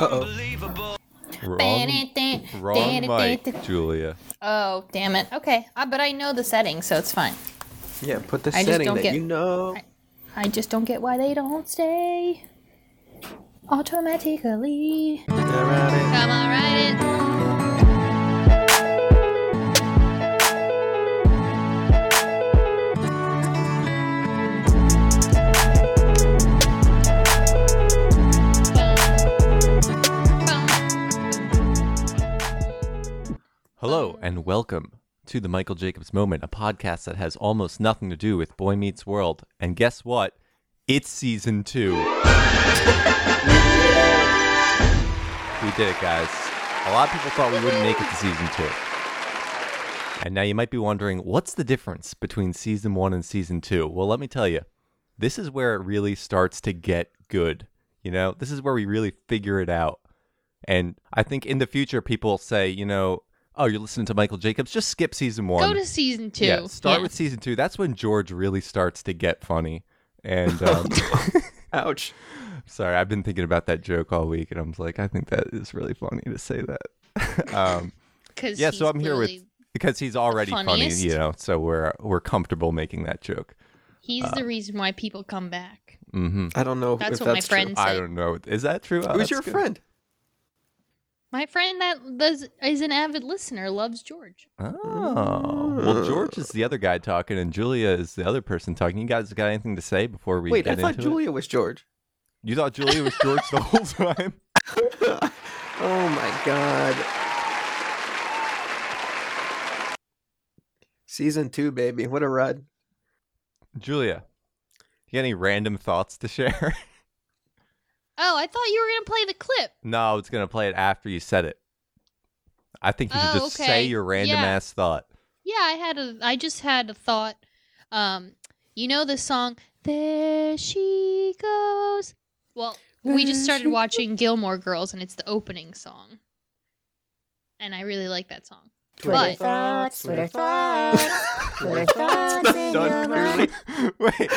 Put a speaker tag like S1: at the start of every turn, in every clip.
S1: Uh-oh.
S2: Wrong, wrong mic, Julia.
S3: Oh, damn it. Okay. Uh, but I know the setting, so it's fine.
S1: Yeah, put the
S3: I just
S1: setting
S3: don't
S1: that
S3: get-
S1: you know.
S3: I just don't get why they don't stay automatically.
S1: Around
S3: Come on, write it.
S2: Hello and welcome to the Michael Jacobs Moment, a podcast that has almost nothing to do with Boy Meets World. And guess what? It's season two. we did it, guys. A lot of people thought we wouldn't make it to season two. And now you might be wondering, what's the difference between season one and season two? Well, let me tell you, this is where it really starts to get good. You know, this is where we really figure it out. And I think in the future, people say, you know, oh, you're listening to Michael Jacobs, just skip season one.
S4: Go to season two.
S2: Yeah, start
S4: Yeah.
S2: with season two. That's when George really starts to get funny. And um,
S1: Oh, Ouch.
S2: sorry, I've been thinking about that joke all week, and I'm like, I think that is really funny to say that. um,
S4: 'Cause
S2: yeah, so
S4: he's
S2: I'm here with
S4: clearly-
S2: because he's already funny,
S4: funniest.
S2: you know. So we're we're comfortable making that joke.
S4: He's the reason why people come back.
S2: Mm-hmm.
S1: I don't know Uh, if
S4: That's
S1: if
S4: what my
S1: that's Uh,
S4: friend
S2: I
S4: said.
S2: don't know. Is that true? Oh,
S1: True. Who's
S2: that's
S1: your
S2: good.
S1: friend?
S4: My friend that does is an avid listener loves George.
S2: Oh, well, George is the other guy talking, and Julia is the other person talking. You guys got anything to say before we
S1: Wait,
S2: Get
S1: I thought
S2: into it?
S1: Julia was George.
S2: You thought Julia was George the whole time.
S1: Oh my god. Season two, baby. What a ride.
S2: Julia, you got any random thoughts to share?
S4: Oh, I thought you were gonna play the clip.
S2: no, I was gonna play it after you said it. I think you should
S4: Oh,
S2: just say
S4: okay.
S2: your random
S4: Yeah.
S2: ass thought.
S4: Yeah, I had a I just had a thought. Um, you know the song There She Goes. Well, we just started watching Gilmore Girls and it's the opening song. And I really like that song.
S5: Twitter
S4: But-
S5: thoughts, Twitter thoughts, Twitter thoughts in your mind.
S2: Wait,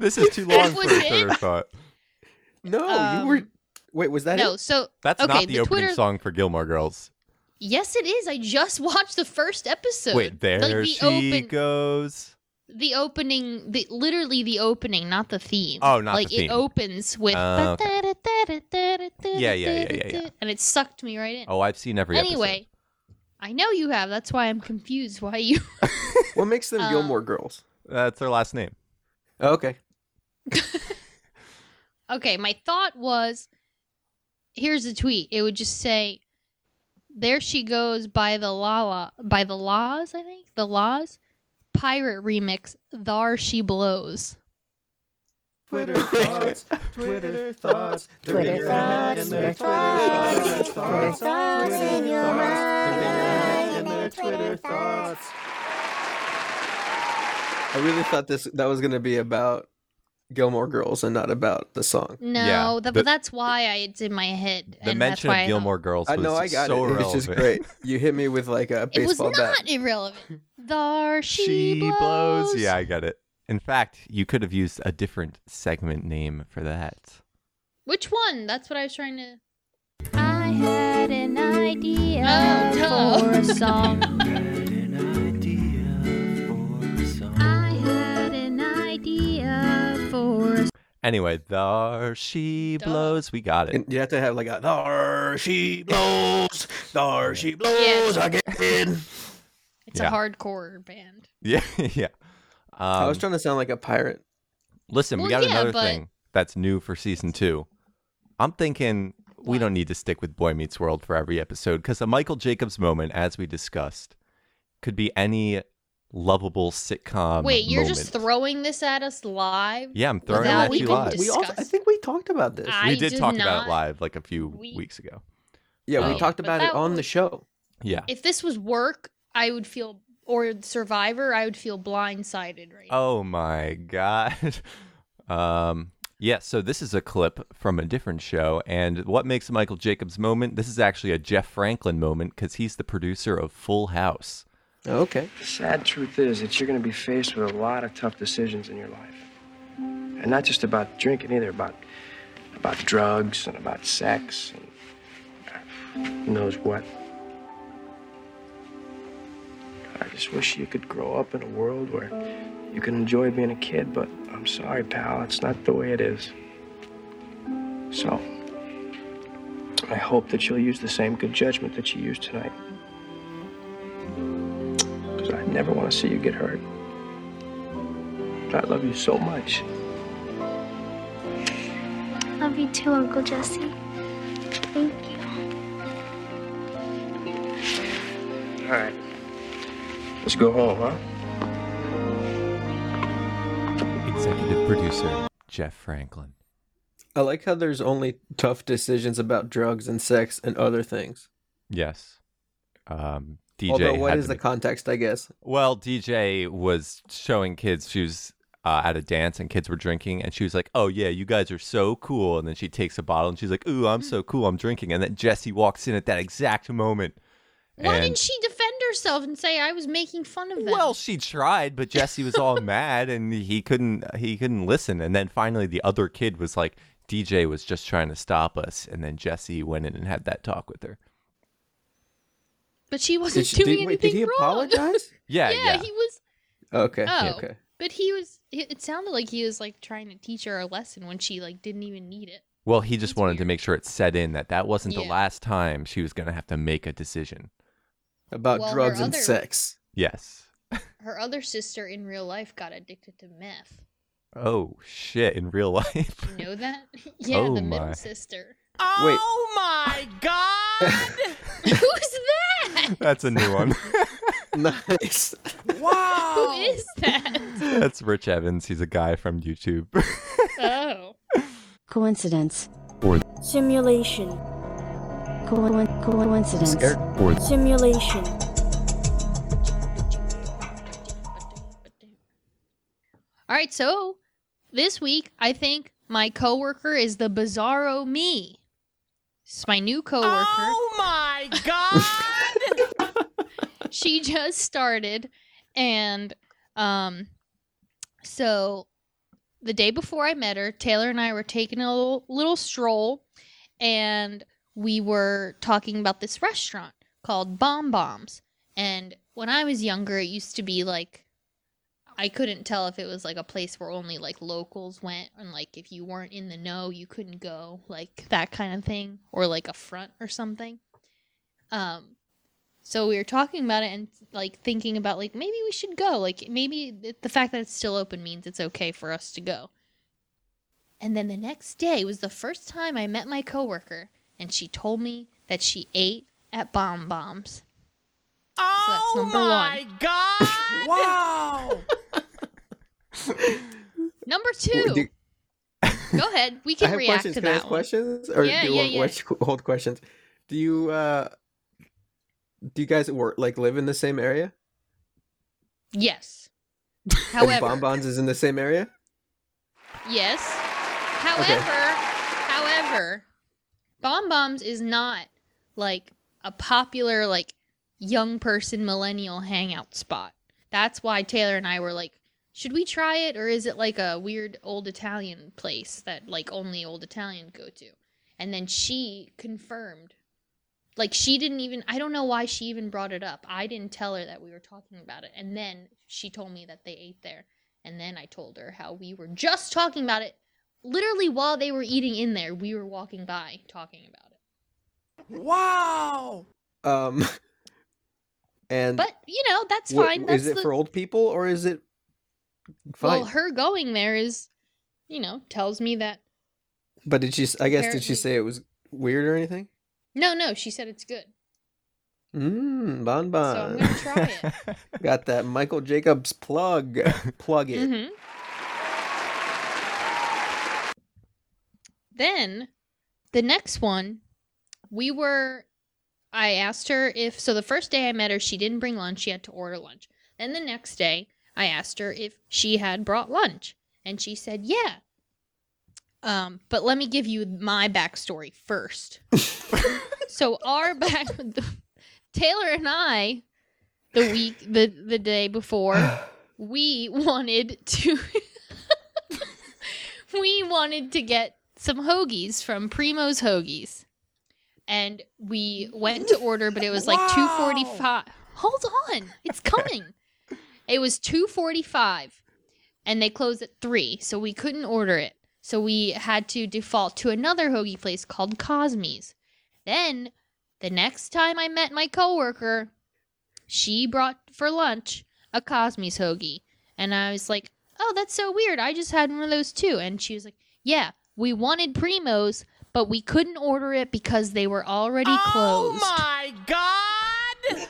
S2: this is too long
S4: That
S2: for
S4: was
S2: a
S4: it?
S2: Twitter thought.
S1: No, Oh, you were.
S4: Um,
S1: Wait, was that
S4: no,
S1: it?
S4: so
S2: That's
S4: Okay,
S2: not the,
S4: the
S2: opening
S4: Twitter-
S2: song for Gilmore Girls.
S4: yes it is. I just watched the first episode.
S2: Wait, there
S4: like the
S2: she
S4: open-
S2: goes.
S4: the opening the literally the opening not the theme
S2: Oh, not the
S4: like
S2: theme.
S4: it opens with
S2: Oh, okay. Yeah, yeah, yeah, yeah, yeah.
S4: and it sucked me right in
S2: Oh, I've seen every
S4: anyway i know you have that's why i'm confused why you
S1: What makes them
S4: um,
S1: Gilmore girls?
S2: episode. That's their last name.
S1: Oh, Okay.
S4: okay my thought was here's a tweet it would just say there she goes by the lala by the laws i think the laws pirate remix thar she blows
S1: Twitter thoughts, Twitter thoughts,
S5: Twitter thoughts, Twitter thoughts, Twitter thoughts in your mind. Twitter thoughts.
S1: I really thought this that was gonna be about Gilmore Girls and not about the song.
S4: no
S2: Yeah,
S4: that,
S2: the-
S4: but that's why I, it's in my head
S2: The
S4: and
S2: mention
S4: that's why
S2: of
S4: I thought-
S2: Gilmore Girls
S1: I
S2: was
S1: know I got
S2: so
S1: it. It was
S2: relevant.
S1: just great. You hit me with like a
S4: It was
S1: baseball
S4: not
S1: bat.
S4: irrelevant. Thar she,
S2: She
S4: blows.
S2: blows. Yeah, I got it. In fact, you could have used a different segment name for that.
S4: Which one? That's what I was trying to. I had an idea oh, no. for a song. I had an idea for a
S2: Anyway, there she
S4: Duh.
S2: blows. We got it.
S1: And you have to have like a "Thar she blows, thar she blows
S4: Yeah.
S1: again."
S4: It's
S2: Yeah.
S4: a hardcore band.
S2: Yeah, yeah. Um,
S1: I was trying to sound like a pirate.
S2: listen, we
S4: Well,
S2: got
S4: yeah,
S2: another
S4: but-
S2: thing that's new for season two. I'm thinking we
S4: What?
S2: don't need to stick with Boy Meets World for every episode because a Michael Jacobs moment, as we discussed, could be any lovable sitcom.
S4: Wait, you're just
S2: moment.
S4: throwing this at us live?
S2: Yeah, I'm throwing it
S4: Without
S2: at
S4: we
S2: you
S4: can
S2: live.
S4: dis-
S1: We also, I
S4: Discuss.
S1: think we talked about this.
S4: I
S2: we did
S4: did
S2: talk about
S4: not-
S2: it live like a few
S4: We-
S2: weeks ago.
S1: yeah, we
S2: Oh.
S1: talked
S4: But
S1: about it
S4: that
S1: on the
S4: was-
S1: show.
S2: Yeah.
S4: If this was work, I would feel, or Survivor, I would feel blindsided right now.
S2: Oh my god. Um yeah, so this is a clip from a different show and what makes a Michael Jacobs moment? This is actually a Jeff Franklin moment cuz he's the producer of Full House.
S1: Okay.
S6: The sad truth is that you're going to be faced with a lot of tough decisions in your life. And not just about drinking either, about about drugs and about sex and who knows what. I just wish you could grow up in a world where you can enjoy being a kid, but I'm sorry, pal, it's not the way it is. So, I hope that you'll use the same good judgment that you used tonight. Because I never want to see you get hurt. I love you so much.
S7: Love you too, Uncle Jesse. Thank you.
S6: All right. Let's go home, huh?
S2: Executive producer Jeff Franklin.
S1: I like how there's only tough decisions about drugs and sex and other things.
S2: Yes. Um, DJ.
S1: Although, what
S2: had
S1: is
S2: to
S1: the
S2: make-
S1: context? I guess.
S2: Well, DJ was showing kids she was uh, at a dance and kids were drinking, and she was like, "Oh yeah, you guys are so cool." And then she takes a bottle and she's like, "Ooh, I'm so cool, I'm drinking." And then Jesse walks in at that exact moment.
S4: Why
S2: and-
S4: didn't she defend herself and say I was making fun of them?
S2: Well, she tried, but Jesse was all mad, and he couldn't he couldn't listen. And then finally, the other kid was like, "DJ was just trying to stop us." And then Jesse went in and had that talk with her.
S4: but she wasn't
S1: she-
S4: doing anything
S1: wait, did he
S4: wrong.
S1: apologize?
S2: Yeah,
S4: yeah,
S2: yeah,
S4: he was.
S1: okay.
S4: Oh.
S1: Okay.
S4: But he was. It it sounded like he was like trying to teach her a lesson when she like didn't even need it.
S2: Well, he just
S4: That's
S2: wanted to
S4: weird.
S2: make sure it set in that that wasn't the
S4: Yeah.
S2: last time she was going to have to make a decision.
S1: About
S4: Well, her
S1: drugs and
S4: other-
S1: sex.
S2: Yes.
S4: Her other sister in real life got addicted to meth.
S2: Oh shit! In real life.
S4: You know that? yeah,
S2: Oh
S4: the middle
S2: my.
S4: sister.
S1: Wait.
S4: Oh.
S2: my god!
S4: Who's that?
S2: That's a new one.
S1: nice.
S4: Who
S2: wow.
S4: is that?
S2: That's Rich Evans. He's a guy from YouTube.
S4: Oh.
S5: Coincidence.
S7: Simulation.
S5: Coin- coincidence.
S7: Simulation.
S4: All right, so this week I think my coworker is the bizarro me. It's my new coworker.
S8: Oh
S2: my god!
S4: she just started and um so the day before I met her, Taylor and I were taking a little, little stroll and we were talking about this restaurant called Bomb Bombs. And when I was younger, it used to be like I couldn't tell if it was like a place where only like locals went and like if you weren't in the know, you couldn't go, like that kind of thing or like a front or something. Um so we were talking about it and like thinking about like maybe we should go. Like maybe th- the fact that it's still open means it's okay for us to go. And then the next day was the first time I met my coworker and she told me that she ate at Bomb Bombs. Oh number my one.
S2: god! wow!
S4: Number 2.
S1: Do-
S4: go ahead. We
S1: I
S4: can
S1: have
S4: react
S1: questions.
S4: to
S1: Can I
S4: that
S1: ask
S4: one.
S1: questions, or
S4: Yeah,
S1: do you
S4: yeah,
S1: want-
S4: yeah.
S1: watch- hold questions? Do you uh, do you guys work like live in the same area?
S4: Yes.
S1: And
S4: However,
S1: Bonbons is in the same area.
S4: Yes. However, however, Bomb Bombs is not like a popular like young person millennial hangout spot. That's why Taylor and I were like, should we try it or is it like a weird old Italian place that like only old Italian go to? And then she confirmed like she didn't even I don't know why she even brought it up. I didn't tell her that we were talking about it. And then she told me that they ate there. And then I told her how we were just talking about it. Literally, while they were eating in there, we were walking by talking about it.
S2: Wow!
S1: Um, and
S4: But, you know, that's
S1: wha-
S4: fine. That's
S1: is it
S4: the,
S1: for old people or is it fine?
S4: Well, her going there is, you know, tells me that.
S1: but did she? s- I guess did she
S4: apparently-
S1: say it was weird or anything?
S4: No, no, she said it's good.
S1: Mmm,
S4: so I'm
S1: bonbon.
S4: going to try it.
S1: Got that Michael Jacobs plug. plug it.
S4: hmm Then the next one, we were. I asked her if. So the first day I met her, she didn't bring lunch. She had to order lunch. Then the next day, I asked her if she had brought lunch. And she said, yeah. Um, but let me give you my backstory first. so our back. Taylor and I, the week, the, the day before, we wanted to we wanted to get some hoagies from Primo's Hoagies, and we went to order, but it was like two forty five. Hold on, it's coming. it was two forty five, and they closed at three, so we couldn't order it. So we had to default to another hoagie place called Cosme's. Then the next time I met my coworker, she brought for lunch a Cosme's hoagie. And I was like, oh, that's so weird. I just had one of those too. And she was like, yeah, we wanted Primos, but we couldn't order it because they were already closed.
S8: Oh my god!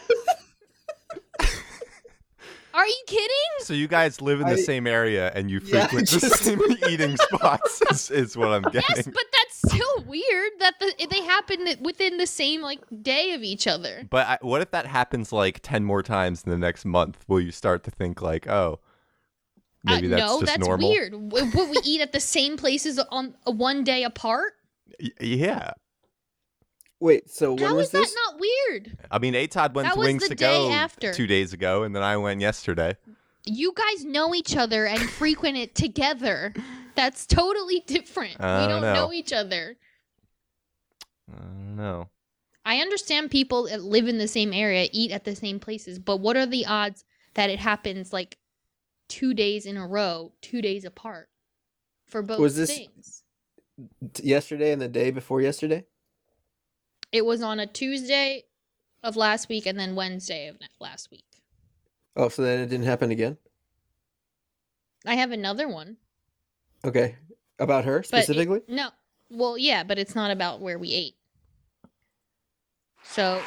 S4: Are you kidding?
S2: So you guys live in the
S1: I-
S2: same area and you
S1: Yeah,
S2: frequent the
S1: just-
S2: same eating spots is, is what I'm
S4: Yes,
S2: getting.
S4: but that's still weird that the, they happened within the same like day of each other.
S2: But I, what if that happens like 10 more times in the next month? Will you start to think like, oh, maybe
S4: uh,
S2: that's
S4: no,
S2: just
S4: that's
S2: normal?
S4: weird. W- Would we eat at the same places on uh, one day apart?
S2: Y- yeah.
S1: Wait, so when
S4: How
S1: was
S4: is that
S1: this?
S4: not weird?
S2: I mean, Atod went
S4: That
S2: to
S4: was
S2: Wings
S4: the
S2: to
S4: day
S2: Go
S4: after.
S2: two days ago, and then I went yesterday.
S4: You guys know each other and frequent it together. That's totally different.
S2: I
S4: we
S2: don't know.
S4: don't know each other.
S2: I don't know.
S4: I understand people that live in the same area eat at the same places, but what are the odds that it happens like two days in a row, two days apart for both
S1: Was this-
S4: things?
S1: T- Yesterday and the day before yesterday?
S4: It was on a Tuesday of last week and then Wednesday of ne- last week.
S1: Oh, so then it didn't happen again?
S4: I have another one.
S1: Okay. About her
S4: But it-
S1: specifically?
S4: no. Well, yeah, but it's not about where we ate. So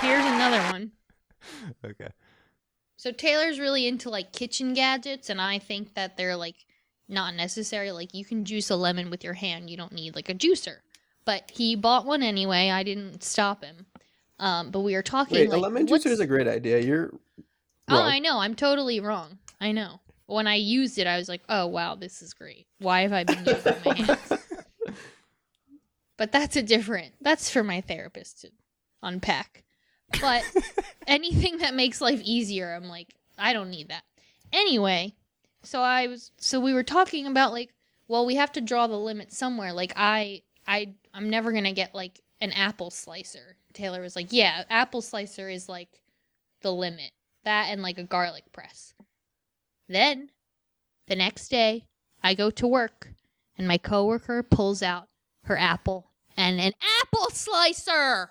S4: here's another one.
S2: Okay.
S4: So Taylor's really into like kitchen gadgets, and I think that they're like not necessary. Like you can juice a lemon with your hand; you don't need like a juicer. But he bought one anyway. I didn't stop him. Um, but we were talking.
S1: Wait,
S4: like,
S1: a lemon
S4: what's-
S1: juicer is a great idea. You're
S4: Oh,
S1: wrong.
S4: I know. I'm totally wrong. I know. When I used it, I was like, "Oh wow, this is great. Why have I been using my hands?" But that's a different. That's for my therapist to unpack. But anything that makes life easier, I'm like, I don't need that. Anyway, so I was so we were talking about like, well, we have to draw the limit somewhere. Like I I I'm never going to get like an apple slicer. Taylor was like, "Yeah, apple slicer is like the limit. That and like a garlic press. Then the next day, I go to work and my coworker pulls out her apple and an apple slicer.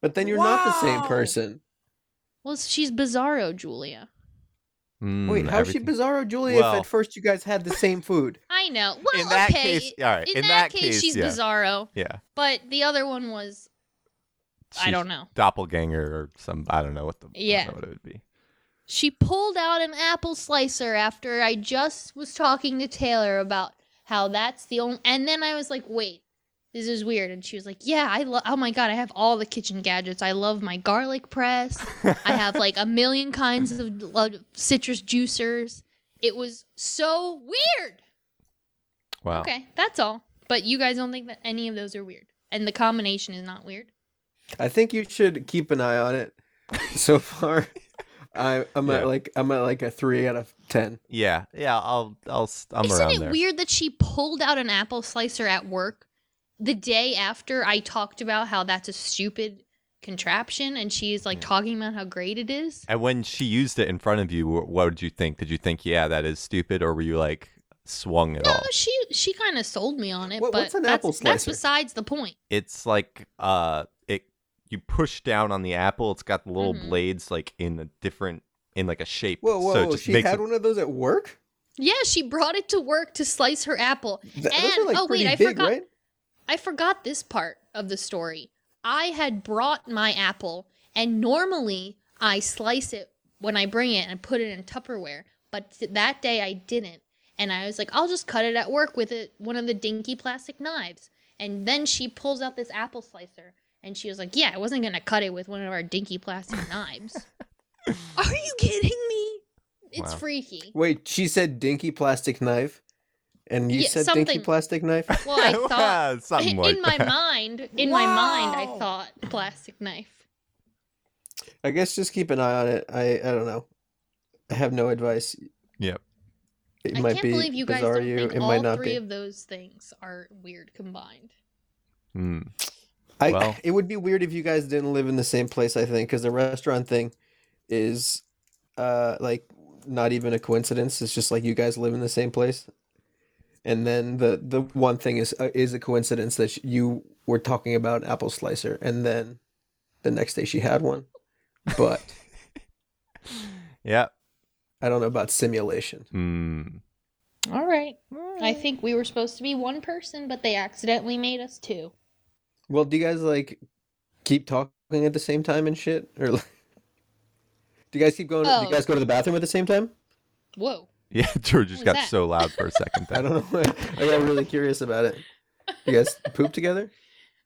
S1: But then you're not the same
S8: Wow.
S1: person.
S4: Well, she's bizarro, Julia.
S1: Wait,
S2: Mm,
S1: how's she
S2: everything-
S1: bizarro Julia if
S2: Well-
S1: at first you guys had the same food?
S4: I know. Well,
S2: In that
S4: okay.
S2: case, all right.
S4: in, that, case, she's
S2: yeah.
S4: bizarro,
S2: Yeah.
S4: but the other one was I
S2: She's
S4: don't know.
S2: Doppelganger or some. I don't know what the. I don't
S4: Yeah.
S2: know what it would be.
S4: She pulled out an apple slicer after I just was talking to Taylor about how that's the only. And then I was like, wait, this is weird. And she was like, yeah, I love. Oh my God, I have all the kitchen gadgets. I love my garlic press. I have like a million kinds of lo- citrus juicers. It was so weird.
S2: Wow.
S4: Okay, that's all. But you guys don't think that any of those are weird. And the combination is not weird.
S1: I think you should keep an eye on it. So far, I, I'm
S2: Yeah.
S1: at like I'm at like a three out of ten.
S2: Yeah. Yeah. I'll. I'll. s- I'm
S4: Isn't
S2: around
S4: it
S2: there.
S4: weird that she pulled out an apple slicer at work the day after I talked about how that's a stupid contraption and she's
S1: Mm.
S4: like talking about how great it is?
S2: And when she used it in front of you, wh- what did you think? Did you think, yeah, that is stupid, or were you like swung at
S4: No,
S2: all?
S4: she she kind of sold me on it,
S1: What-
S4: but
S1: what's an
S4: that's,
S1: apple
S4: that's
S1: slicer?
S4: besides the point.
S2: It's like uh, it you push down on the apple. It's got the little
S4: Mhm.
S2: blades like in a different in like a shape.
S1: Whoa, whoa,
S2: so it
S1: whoa!
S2: just
S1: She
S2: makes
S1: had
S2: it-
S1: one of those at work.
S4: Yeah, she brought it to work to slice her apple.
S1: Th- those
S4: And-
S1: are like
S4: oh, wait,
S1: pretty
S4: I
S1: big,
S4: forgot-
S1: right?
S4: I forgot this part of the story. I had brought my apple, and normally I slice it when I bring it and put it in Tupperware, but th- that day I didn't. And I was like, I'll just cut it at work with it, one of the dinky plastic knives. And then she pulls out this apple slicer, and she was like, Yeah, I wasn't going to cut it with one of our dinky plastic knives. Are you kidding me? It's
S2: Wow.
S4: freaky.
S1: Wait, she said dinky plastic knife, and you
S4: Yeah,
S1: said dinky
S4: something-
S1: plastic knife.
S4: Well, I thought.
S2: Ah, something like
S4: in my
S2: that.
S4: mind, in my mind, I
S8: Wow.
S4: thought plastic knife.
S1: I guess just keep an eye on it. I I don't know. I have no advice.
S2: Yep.
S1: It
S4: I
S1: might
S4: can't
S1: be
S4: believe you guys
S1: bizarre
S4: don't
S1: you.
S4: think
S1: it might
S4: all
S1: not
S4: three
S1: be.
S4: of those things are weird combined.
S2: Hmm.
S1: I,
S2: Well-
S1: it would be weird if you guys didn't live in the same place. I think because the restaurant thing is uh like not even a coincidence. It's just like you guys live in the same place, and then the the one thing is uh, is a coincidence that sh- you were talking about an apple slicer, and then the next day she had one, but
S2: Yeah.
S1: I don't know about simulation.
S2: Hmm.
S4: All right. I think we were supposed to be one person, but they accidentally made us two.
S1: Well, do you guys like keep talking at the same time and shit, or like, do you guys keep going? Do
S4: Oh.
S1: you guys go to the bathroom at the same time?
S4: Whoa.
S2: Yeah, George just
S4: was
S2: got
S4: that?
S2: so loud for a second.
S1: I
S2: there.
S1: don't know. why- I got really curious about it. You guys poop together?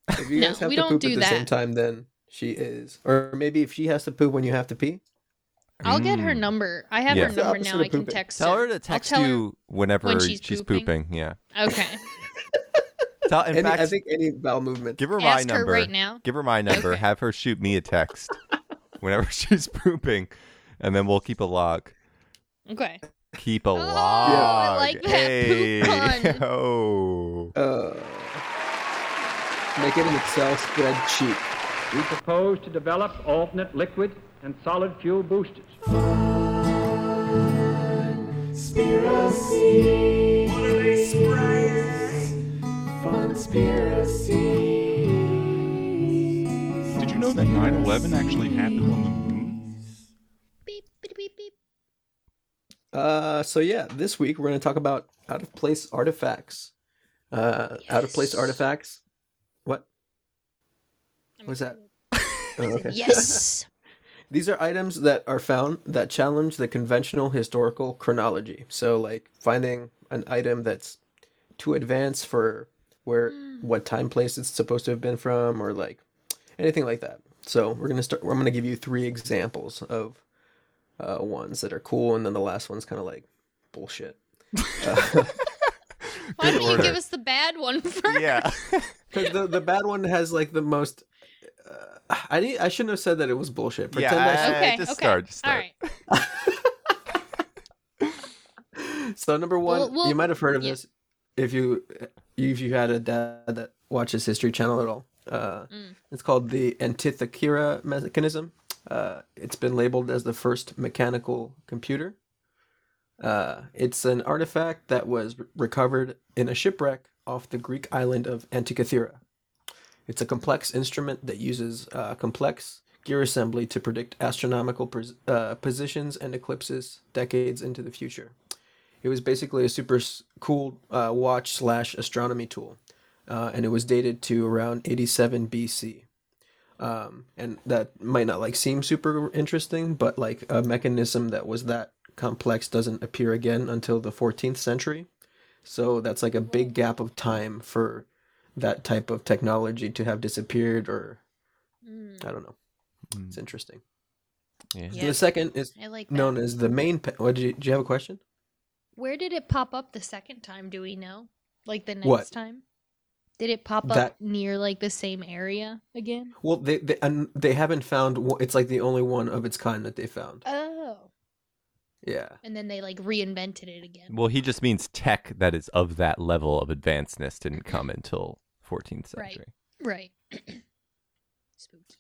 S1: If you
S4: No,
S1: guys have
S4: we
S1: to
S4: don't
S1: poop
S4: do
S1: at the same
S4: that.
S1: time, then she is. Or maybe if she has to poop when you have to pee.
S4: I'll get her
S2: Mm.
S4: number. I have
S2: Yeah.
S4: her
S1: It's the
S4: number
S1: opposite
S4: now.
S1: of
S4: I can
S1: pooping.
S4: text
S2: Tell her
S4: her.
S2: to text
S4: tell her
S2: you whenever
S4: when she's pooping.
S2: Yeah.
S4: Okay.
S2: Tell, in
S1: Any,
S2: fact,
S1: I think any bowel movement.
S2: give her my
S4: Ask her
S2: number.
S4: right now.
S2: Give her my number.
S4: Okay.
S2: Have her shoot me a text whenever she's pooping, and then we'll keep a log.
S4: Okay.
S2: Keep a
S4: Oh, I
S2: log.
S4: like that poop
S2: hey.
S4: pun.
S2: Oh.
S1: Uh, make it an Excel spreadsheet.
S9: We propose to develop alternate liquid and solid fuel boosters.
S10: Did you know that 9 11 actually happened on the moon?
S4: Beep, beep, beep, beep.
S1: Uh, so yeah, this week we're going to talk about out of place artifacts. Uh, Out of place
S4: Yes.
S1: artifacts. What?
S4: I'm
S1: What's that?
S4: excited.
S1: Oh, okay.
S4: Yes.
S1: These are items that are found that challenge the conventional historical chronology. So, like finding an item that's too advanced for where what time place it's supposed to have been from, or like anything like that. So, we're gonna start. I'm gonna give you three examples of uh, ones that are cool, and then the last one's kind of like bullshit.
S4: Why
S2: Good
S4: don't you
S2: order.
S4: give us the bad one first?
S2: Yeah.
S1: Because the the bad one has like the most. Uh, I didn't, I shouldn't have said that it was bullshit. Pretend I
S2: I-
S1: said-
S4: Okay.
S2: just
S4: okay.
S2: start, just
S4: All
S2: start.
S4: right.
S1: So number one,
S4: Well- well,
S1: you might have heard of
S4: yeah.
S1: this if you if you had a dad that watches History Channel at all. Uh,
S4: Mm.
S1: It's called the Antikythera mechanism. Uh, it's been labeled as the first mechanical computer. Uh, it's an artifact that was re- recovered in a shipwreck off the Greek island of Antikythera. It's a complex instrument that uses uh, complex gear assembly to predict astronomical pres- uh, positions and eclipses decades into the future. It was basically a super s- cool uh, watch slash astronomy tool, uh, and it was dated to around 87 BC. Um, and that might not like seem super interesting, but like a mechanism that was that complex doesn't appear again until the 14th century. So that's like a big gap of time for that type of technology to have disappeared, or
S4: Mm,
S1: I don't know.
S2: Mm.
S1: It's interesting.
S2: Yeah.
S1: And the second is
S4: I like that.
S1: known as the main. Pa- what, do, you, do you have a question?
S4: Where did it pop up the second time? Do we know? Like the next
S1: What?
S4: time? Did it pop up
S1: That-
S4: near like the same area again?
S1: Well, they they and they haven't found. one- It's like the only one of its kind that they found.
S4: Oh.
S1: Yeah.
S4: And then they like reinvented it again.
S2: Well, he just means tech that is of that level of advancedness didn't come until 14th
S4: Right.
S2: century.
S4: Right. Spooky.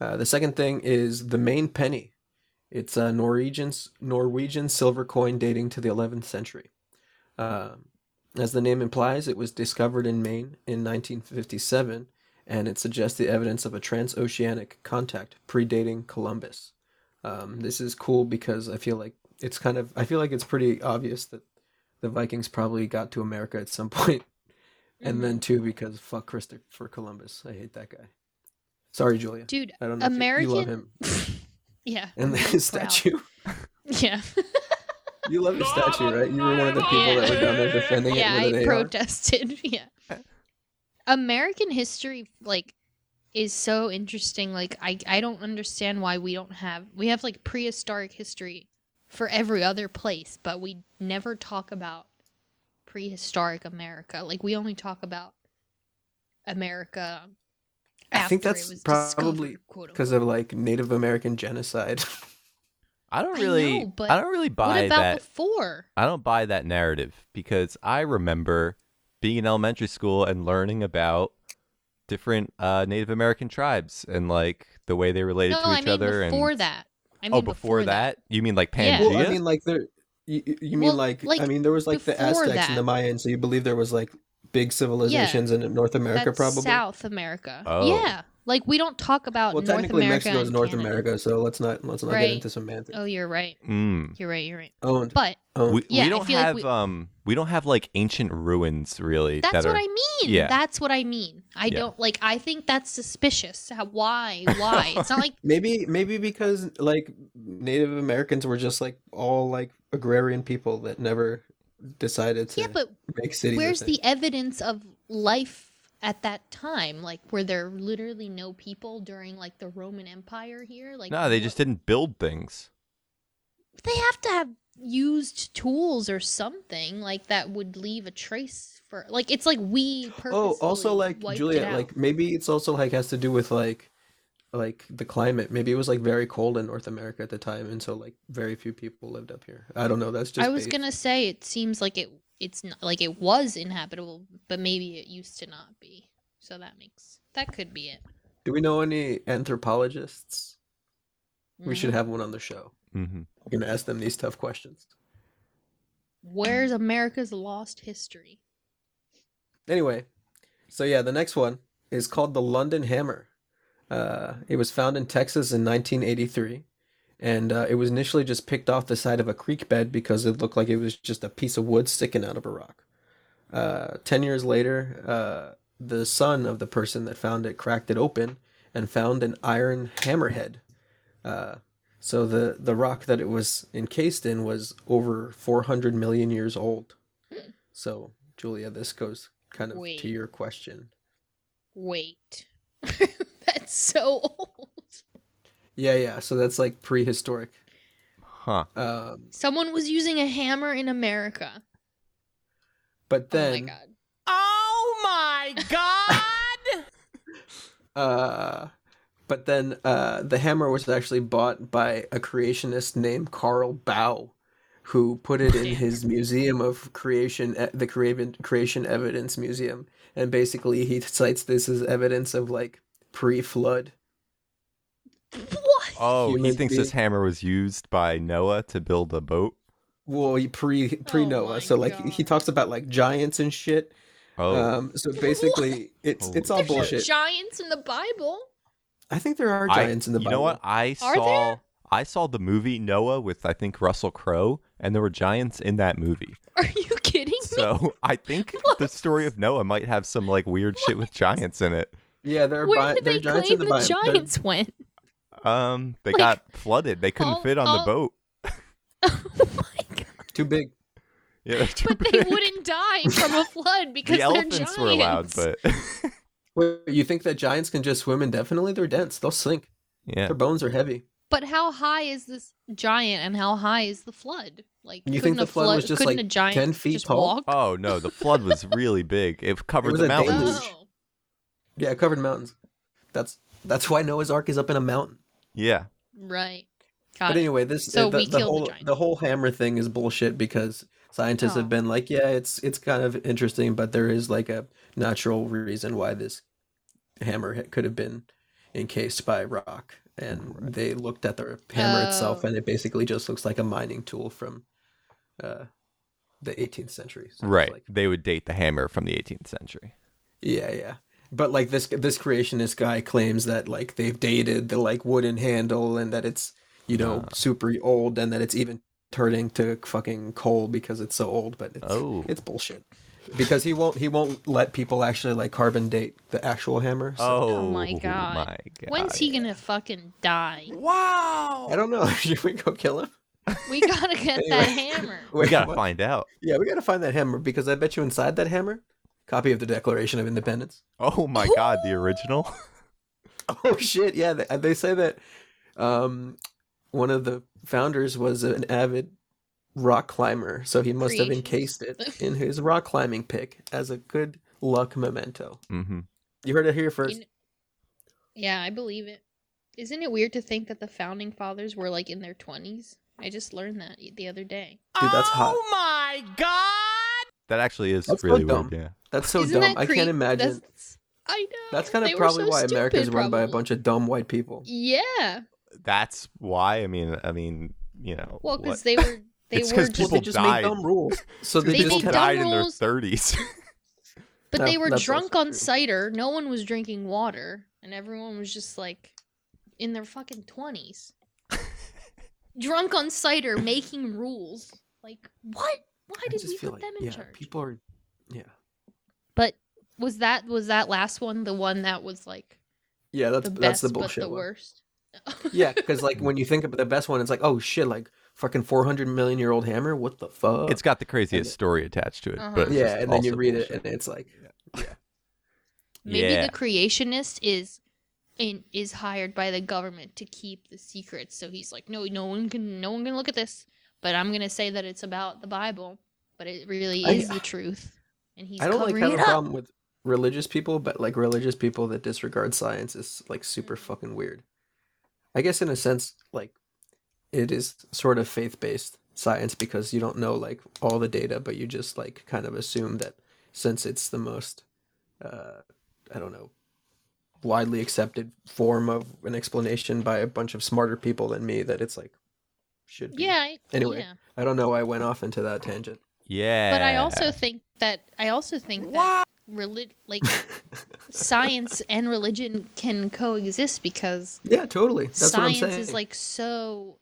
S1: Uh, the second thing is the main penny. It's a Norwegian s- Norwegian silver coin dating to the 11th century. Um as the name implies, it was discovered in Maine in 1957, and it suggests the evidence of a transoceanic contact predating Columbus. Um, this is cool because I feel like it's kind of I feel like it's pretty obvious that the Vikings probably got to America at some point,
S4: Mm-hmm.
S1: and then too because fuck Christopher Columbus. I hate that guy. Sorry, Julia.
S4: Dude,
S1: I don't know. If you, you love
S4: American.
S1: him
S4: yeah.
S1: and
S4: I'm
S1: his
S4: proud.
S1: statue.
S4: Yeah.
S1: You love his statue, right? You were one of the people that were down there defending
S4: yeah,
S1: it with
S4: I
S1: an AR.
S4: protested. Yeah. American history like is so interesting. Like I I don't understand why we don't have we have like prehistoric history for every other place, but we never talk about prehistoric America. Like we only talk about America
S1: I think
S4: after it
S1: that's
S4: was
S1: probably
S4: discovered, quote
S1: because of like Native American genocide.
S2: I don't really, I,
S4: know, but
S2: don't really buy
S4: what about
S2: that.
S4: before?
S2: I don't buy that narrative because I remember being in elementary school and learning about different uh, Native American tribes and like the way they related
S4: no,
S2: to
S4: I
S2: each
S4: mean
S2: other.
S4: before
S2: and
S4: that. I mean
S2: oh, before, that? you mean like
S4: Yeah.
S2: Pangea?
S1: Well, I mean, like there. You, you you mean
S4: Well,
S1: like,
S4: like,
S1: I mean there was like the
S4: before
S1: Aztecs and
S4: that.
S1: the Mayans, so you believe there was like big civilizations in North America
S4: That's
S1: probably.
S4: South America.
S2: Oh.
S4: Yeah, like we don't talk about
S1: well,
S4: North
S1: technically
S4: America.
S1: Mexico is
S4: and
S1: North
S4: Canada.
S1: America, so let's not let's not
S4: Right.
S1: get into semantics.
S4: Oh, you're right.
S2: Mm.
S4: You're right. You're right.
S1: Owned,
S4: But
S1: owned.
S2: We,
S4: Yeah,
S2: we
S4: I
S2: don't
S4: feel like
S2: have
S4: we-
S2: um we don't have like ancient ruins really.
S4: That's
S2: that
S4: what
S2: are,
S4: I mean.
S2: Yeah.
S4: That's what I mean. I
S2: Yeah.
S4: don't like. I think that's suspicious. How, why? Why? It's not like
S1: Maybe maybe because like Native Americans were just like all like agrarian people that never decided to
S4: yeah, but
S1: make cities. a
S4: where's
S1: thing.
S4: the evidence of life at that time? Like, were there literally no people during like the Roman Empire here? Like,
S2: no, they
S4: what-
S2: just didn't build things.
S4: They have to have used tools or something like that would leave a trace for. Like, it's like we.
S1: Oh, also
S4: purposefully
S1: like
S4: wiped it
S1: Juliet,
S4: out.
S1: like maybe it's also like has to do with like like the climate. Maybe it was like very cold in North America at the time, and so like very few people lived up here. I don't know. That's just
S4: I was
S1: based-
S4: gonna say it seems like it it's not, like it was inhabitable, but maybe it used to not be. So that makes that could be it.
S1: Do we know any anthropologists? We should
S4: No.
S1: have one on the show.
S2: Mm-hmm.
S1: We're gonna ask them these tough questions.
S4: Where's America's lost history?
S1: Anyway, so yeah, the next one is called the London Hammer. Uh, it was found in Texas in 1983, and uh, it was initially just picked off the side of a creek bed because it looked like it was just a piece of wood sticking out of a rock. Uh, Ten years later, uh, the son of the person that found it cracked it open and found an iron hammerhead. Uh, so the, the rock that it was encased in was over 400 million years old. So, Julia, this goes kind of
S4: Wait.
S1: to your question.
S4: Wait, that's so old.
S1: Yeah, yeah. So that's like prehistoric.
S2: Huh.
S1: Um,
S4: Someone was using a hammer in America.
S1: but
S4: oh my
S1: then,
S4: god.
S8: Oh my god!
S1: uh, but then uh, the hammer was actually bought by a creationist named Carl Bow, who put it in his museum of creation, e- the Creation Creation Evidence Museum, and basically he cites this as evidence of like pre-flood.
S4: What?
S2: Oh, he
S1: Human
S2: thinks this
S1: being.
S2: hammer was used by Noah to build a boat.
S1: Well, he pre pre Noah,
S4: Oh my
S1: so like he
S4: God.
S1: talks about like giants and shit.
S2: Oh,
S1: Um, so basically, it's
S2: Holy
S1: it's all
S2: shit.
S4: There's
S1: Oh, bullshit.
S4: giants in the Bible.
S1: I think there are
S2: I-
S1: giants in the
S2: you
S1: Bible.
S2: know what? I
S4: Are
S2: saw
S4: there?
S2: I saw the movie Noah with I think Russell Crowe, and there were giants in that movie.
S4: Are you kidding me?
S2: So I think the story of Noah might have some like weird shit with giants in it.
S1: Yeah, there are,
S4: Where
S1: bi-
S4: did
S1: there are
S4: they
S1: giants
S4: claim
S1: in the
S4: the,
S1: Bible. There-
S4: giants went?
S2: Um, they
S4: Like,
S2: got flooded. They couldn't
S4: all-
S2: fit on the
S4: all-
S2: boat.
S4: Oh my god.
S1: too big.
S2: Yeah, they're too
S4: But they
S2: big.
S4: wouldn't die from a flood because
S2: The
S4: they're
S2: elephants
S4: giants.
S2: were allowed, but
S1: Wait, you think that giants can just swim indefinitely? They're dense. They'll sink.
S2: yeah.
S1: Their bones are heavy.
S4: But how high is this giant, and how high is the flood? Like,
S1: You think
S4: couldn't
S1: the
S4: a
S1: flood was just,
S4: couldn't
S1: like,
S4: a giant
S1: 10 feet
S4: just
S1: tall?
S4: Walk?
S2: Oh no, the flood was really big. It covered
S1: was
S2: the
S1: a
S2: mountains.
S1: deluge.
S4: Oh.
S1: Yeah, covered in mountains. That's that's why Noah's Ark is up in a mountain.
S2: Yeah.
S4: right.
S1: But
S4: Got it.
S1: anyway, this uh,
S4: So
S1: the,
S4: we
S1: the
S4: killed the
S1: whole
S4: giant.
S1: the whole hammer thing is bullshit because scientists
S4: Oh.
S1: have been like, yeah, it's it's kind of interesting, but there is like a natural reason why this hammer ha- could have been encased by rock, and they looked at the hammer itself,
S4: Oh.
S1: and it basically just looks like a mining tool from uh, the 18th century. So it's
S2: Right.
S1: like-
S2: They would date the hammer from the 18th century.
S1: yeah, yeah. But like this this creationist guy claims that like they've dated the like wooden handle and that it's you know super old and that it's even turning to fucking coal because it's so old. But it's
S2: Oh.
S1: it's bullshit because he won't he won't let people actually like carbon date the actual hammer. So
S2: oh,
S4: my god.
S2: my god.
S4: When's he gonna fucking die?
S1: I don't know. Should we go kill him?
S4: We gotta get that hammer.
S2: We
S1: Wait,
S2: gotta
S1: what?
S2: find out.
S1: Yeah, we gotta find that hammer because I bet you inside that hammer, copy of the Declaration of Independence.
S2: Oh my god, the original.
S1: Oh shit! Yeah, they, they say that um, one of the founders was an avid rock climber, so he must have
S4: Creationist.
S1: encased it in his rock climbing pick as a good luck memento.
S2: hmm
S1: You heard it here first.
S4: You kn- yeah, I believe it. Isn't it weird to think that the founding fathers were like in their 20s? I just learned that the other day.
S1: Dude, that's hot.
S8: Oh my god!
S2: That actually is
S1: That's so
S2: really
S1: dumb.
S2: weird. Yeah.
S1: That's so
S4: Isn't
S1: dumb.
S4: that
S1: I
S4: creep-
S1: can't imagine. That's,
S4: That's, I know.
S1: kind of
S4: They were
S1: probably
S4: so
S1: why America is
S4: stupid,
S1: run by a
S4: probably.
S1: bunch of dumb white people.
S4: Yeah.
S2: That's why. I mean, I mean, you know.
S4: Well, because
S2: what-
S4: they were they
S2: It's
S4: were
S2: 'cause
S4: just,
S2: people
S1: they just
S2: died.
S1: make dumb rules. So
S4: They
S1: they, just
S4: make
S1: kept-
S4: dumb
S2: died in their
S4: rules.
S2: 30s.
S4: but
S1: No,
S4: they were
S1: that's
S4: drunk
S1: also
S4: on
S1: true.
S4: cider. No one was drinking water, and everyone was just like in their fucking 20s. drunk on cider, making rules. Like what? Why
S1: I
S4: did
S1: just
S4: we
S1: feel like
S4: put them in
S1: yeah,
S4: charge?
S1: people are yeah.
S4: But was that was that last one the one that was like
S1: Yeah, that's
S4: the
S1: that's
S4: best
S1: the
S4: but
S1: bullshit.
S4: the
S1: one.
S4: worst?
S1: Yeah, cuz like when you think about the best one it's like, "Oh shit, like fucking 400 million year old hammer, what the fuck?"
S2: It's got the craziest story attached to it.
S4: Uh-huh.
S2: But it's
S1: yeah,
S2: just
S1: and then you
S2: also
S1: read
S2: bullshit.
S1: it and it's like
S4: Maybe
S2: Yeah.
S4: the creationist is in, is hired by the government to keep the secrets. So he's like, no, no one can, no one can look at this. But I'm gonna say that it's about the Bible, but it really
S1: I-
S4: is the truth. And he's
S1: I don't like
S4: covering
S1: have a
S4: it up.
S1: problem with religious people, but like religious people that disregard science is like super
S4: Mm-hmm.
S1: fucking weird. I guess in a sense, like it is sort of faith based science because you don't know like all the data, but you just like kind of assume that since it's the most, uh, I don't know, widely accepted form of an explanation by a bunch of smarter people than me, that it's like should be.
S4: Yeah. I,
S1: Anyway,
S4: yeah.
S1: I don't know. why I went off into that tangent.
S2: Yeah.
S4: But I also think that I also think that relig- like science and religion can coexist because
S1: Yeah, totally. That's
S4: science
S1: what I'm saying.
S4: is like so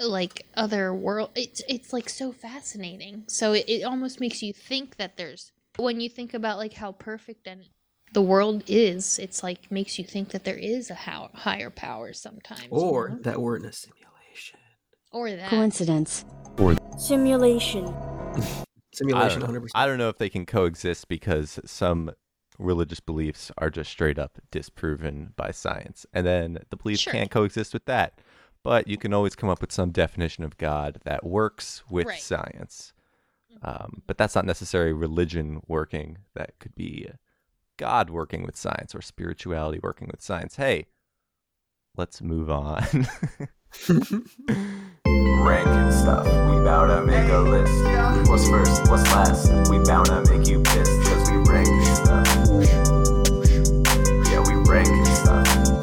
S4: like other world it's it's like so fascinating so it, it almost makes you think that there's when you think about like how perfect and the world is it's like makes you think that there is a how, higher power sometimes you
S1: or
S4: know?
S1: that we're in a simulation.
S4: or that
S5: Coincidence.
S7: Simulation.
S2: I
S1: Simulation,
S2: don't,
S1: hundred
S2: know.
S1: percent.
S2: I don't know if they can coexist because some religious beliefs are just straight up disproven by science. And then the belief
S4: Sure.
S2: can't coexist with that. But you can always come up with some definition of God that works with
S4: Right.
S2: science. Um, but that's not necessarily religion working. That could be God working with science or spirituality working with science. Hey, let's move on.
S11: Ranking stuff, we bout to make a list. What's first, what's last? We bout to make you pissed, cause we rank stuff. Yeah, we rank stuff.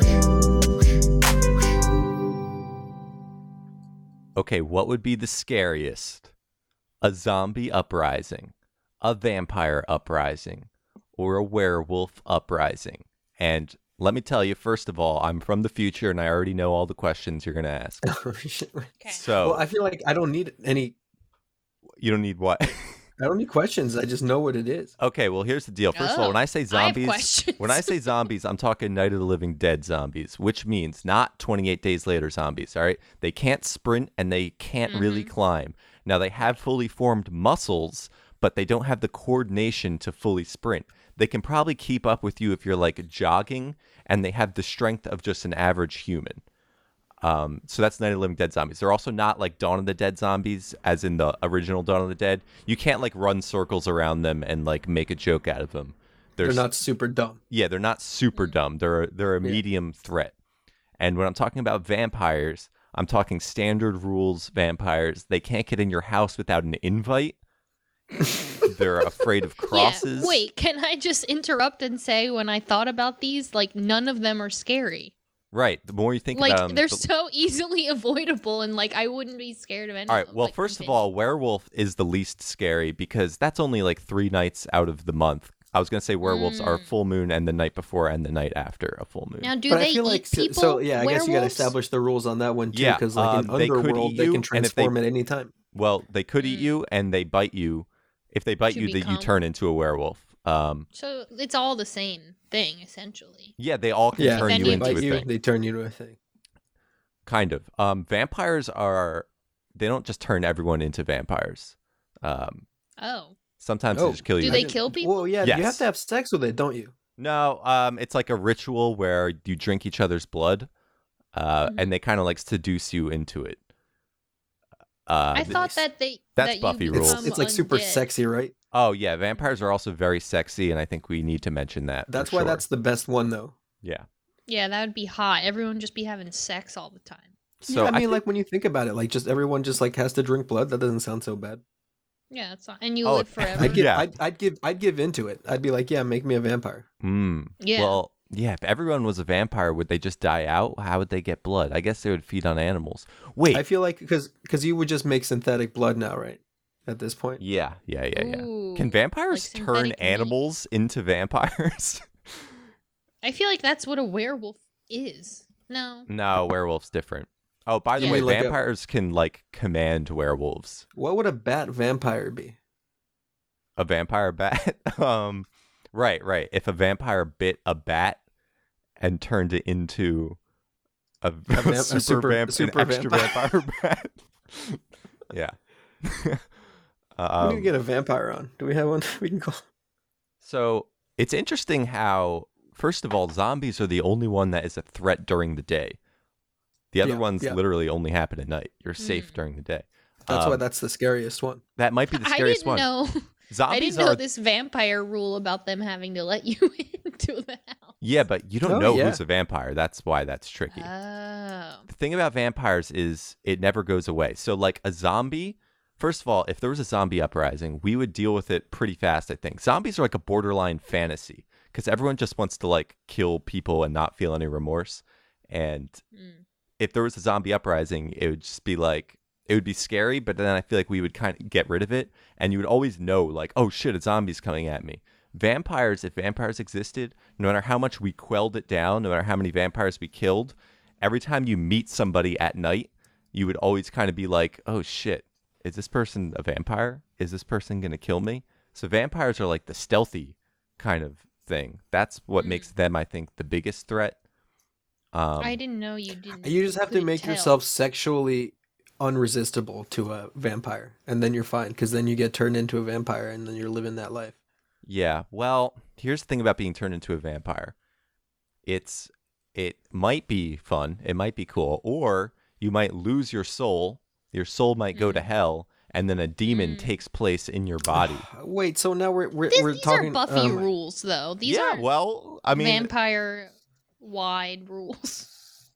S2: Okay, what would be the scariest? A zombie uprising, a vampire uprising, or a werewolf uprising? And let me tell you, first of all, I'm from the future and I already know all the questions you're going to ask. So
S1: Oh,
S2: Oh.
S1: Well, I feel like I don't need any.
S2: you don't need what?
S1: I don't need questions. I just know what it is.
S2: okay, well, here's the deal. First of all, when
S4: Oh,
S2: I say
S4: I have
S2: zombies,
S4: questions.
S2: when I say zombies, I'm talking Night of the Living Dead zombies, which means not 28 days later zombies, all right? They can't sprint and they can't really
S4: Mm-hmm.
S2: climb. Now, they have fully formed muscles, but they don't have the coordination to fully sprint. They can probably keep up with you if you're like jogging and they have the strength of just an average human. Um, so that's Night of the Living Dead zombies. They're also not like Dawn of the Dead zombies, as in the original Dawn of the Dead. You can't like run circles around them and like make a joke out of them.
S1: They're
S2: There's-
S1: not super dumb.
S2: yeah, they're not super dumb. They're they're a medium threat. And when I'm talking about vampires, I'm talking standard rules vampires. They can't get in your house without an invite. they're afraid of crosses.
S4: yeah wait can i just interrupt and say when i thought about these like none of them are scary
S2: Right. The more you think
S4: like
S2: about them,
S4: they're
S2: the-
S4: so easily avoidable and like i wouldn't be scared of any
S2: All
S4: of
S2: right.
S4: them,
S2: Well,
S4: like,
S2: first of
S4: continue.
S2: all, werewolf is the least scary because that's only like three nights out of the month. I was gonna say werewolves are full moon and the night before and the night after a full moon.
S4: Mm. now do
S1: but
S4: they
S1: I feel
S4: eat
S1: like so-
S4: people
S1: so. Yeah, I guess you got to
S4: Werewolves?
S1: establish the rules on that one too,
S2: Yeah,
S1: because like in
S2: um, they could
S1: underworld
S2: eat
S1: they
S2: you,
S1: can
S2: and if they-
S1: transform at any time.
S2: Well, they could eat you and they bite you. If they bite
S4: mm. To
S2: you, that you
S4: become-
S2: turn into a werewolf. Um,
S4: So it's all the same thing, essentially.
S2: yeah, they all can
S1: Yeah,
S2: turn
S1: they
S2: you
S4: They
S2: into a
S1: bite you,
S2: thing,
S1: they turn you into a thing.
S2: kind of. Um, vampires are they don't just turn everyone into vampires. Um,
S4: Oh.
S2: sometimes they
S1: Oh.
S2: just kill you.
S4: Do they kill people?
S1: Well, yeah, you have
S2: Yes.
S1: to have sex with it, don't you?
S2: No, um, it's like a ritual where you drink each other's blood, uh,
S4: Mm-hmm.
S2: and they kind of like seduce you into it. Uh,
S4: I
S2: th-
S4: thought that they
S2: That's
S4: that
S2: Buffy
S4: you
S2: rules.
S1: It's,
S4: become
S1: it's like super
S4: undead.
S1: sexy, right?
S2: oh yeah, vampires are also very sexy, and I think we need to mention that. for
S1: That's why
S2: sure.
S1: that's the best one though.
S2: yeah.
S4: Yeah, that would be hot. Everyone just be having sex all the time.
S1: So yeah, I mean, like when you think about it, like just everyone just like has to drink blood. That doesn't sound so bad.
S4: Yeah, that's not, and you
S1: Oh,
S4: live forever.
S1: I'd give, I'd, I'd give, I'd give into it. I'd be like, yeah, make me a vampire.
S2: Mm.
S4: Yeah.
S2: Well, yeah. If everyone was a vampire, would they just die out? How would they get blood? I guess they would feed on animals. Wait.
S1: I feel like because because you would just make synthetic blood now, right? At this point,
S2: yeah. Yeah. Yeah. Yeah.
S4: Ooh,
S2: Can vampires
S4: like
S2: turn
S4: synthetic meat.
S2: animals into vampires?
S4: I feel like that's what a werewolf is. No.
S2: no, werewolves different. Oh, by the
S1: Yeah.
S2: way,
S1: Wait, like a-
S2: vampires can like command werewolves.
S1: What would a bat vampire be?
S2: A vampire bat. um, right, right. If a vampire bit a bat and turned it into a,
S1: vamp- a
S2: super,
S1: super-
S2: vamp,
S1: super
S2: an extra
S1: vampire.
S2: vampire bat. yeah.
S1: we need to
S2: um,
S1: get a vampire on. Do we have one we can call?
S2: so it's interesting how, first of all, zombies are the only one that is a threat during the day. The other
S1: Yeah,
S2: ones
S1: yeah.
S2: literally only happen at night. You're safe during the day.
S1: That's why
S2: Um,
S1: that's the scariest one.
S2: that might be the
S4: I
S2: scariest
S4: didn't
S2: one.
S4: know.
S2: Zombies
S4: I didn't
S2: are
S4: know this vampire rule about them having to let you into the house.
S2: Yeah, but you don't
S1: Oh,
S2: know
S1: yeah.
S2: who's a vampire. That's why that's tricky.
S4: Oh.
S2: the thing about vampires is it never goes away. So, like a zombie, first of all, if there was a zombie uprising, we would deal with it pretty fast, I think. Zombies are like a borderline fantasy because everyone just wants to like kill people and not feel any remorse. And
S4: Mm.
S2: if there was a zombie uprising, it would just be like, it would be scary, but then I feel like we would kind of get rid of it. And you would always know, like, oh shit, a zombie's coming at me. Vampires, if vampires existed, no matter how much we quelled it down, no matter how many vampires we killed, every time you meet somebody at night, you would always kind of be like, oh shit, is this person a vampire? Is this person going to kill me? So vampires are like the stealthy kind of thing. That's what makes them, I think, the biggest threat. Um,
S4: Oh. I didn't know you didn't.
S1: You just have to
S4: couldn't
S1: make
S4: tell.
S1: yourself sexually unresistible to a vampire, and then you're fine. Because then you get turned into a vampire, and then you're living that life.
S2: Yeah. Well, here's the thing about being turned into a vampire. It's it might be fun, it might be cool, or you might lose your soul. Your soul might go to
S4: Mm-hmm.
S2: hell, and then a
S4: Mm.
S2: demon takes place in your body.
S1: Wait, so now we're we're,
S4: This-
S1: we're
S4: these
S1: talking
S4: are Buffy
S1: oh my-
S4: rules, though. These
S2: yeah.
S4: are
S2: Well, I mean,
S4: vampire wide rules.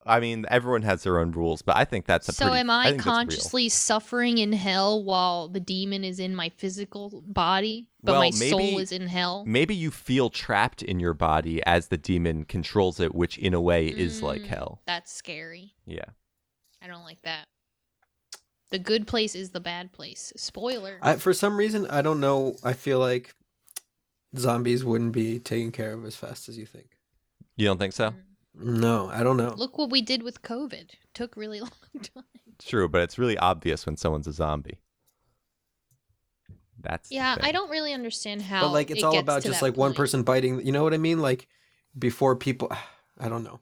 S2: I mean, everyone has their own rules, but I think that's a
S4: So
S2: pretty,
S4: am
S2: I,
S4: I
S2: think that's real.
S4: consciously suffering in hell while the demon is in my physical body, but
S2: Well,
S4: my
S2: maybe-
S4: soul is in hell?
S2: Maybe you feel trapped in your body as the demon controls it, which in a way is like
S4: Mm,
S2: hell.
S4: That's scary.
S2: Yeah.
S4: I don't like that. The good place is the bad place. Spoiler.
S1: I, for some reason, I don't know. I feel like zombies wouldn't be taken care of as fast as you think.
S2: You don't think
S4: Mm.
S2: so?
S1: No, I don't know.
S4: Look what we did with COVID. Took really long time.
S2: True, but it's really obvious when someone's a zombie. That's the
S4: Yeah, I
S2: thing.
S4: don't really understand how.
S1: but like, it's
S4: it
S1: all
S4: gets
S1: about
S4: to
S1: just
S4: that
S1: like one
S4: point.
S1: person biting. You know what I mean? Like before people, I don't know.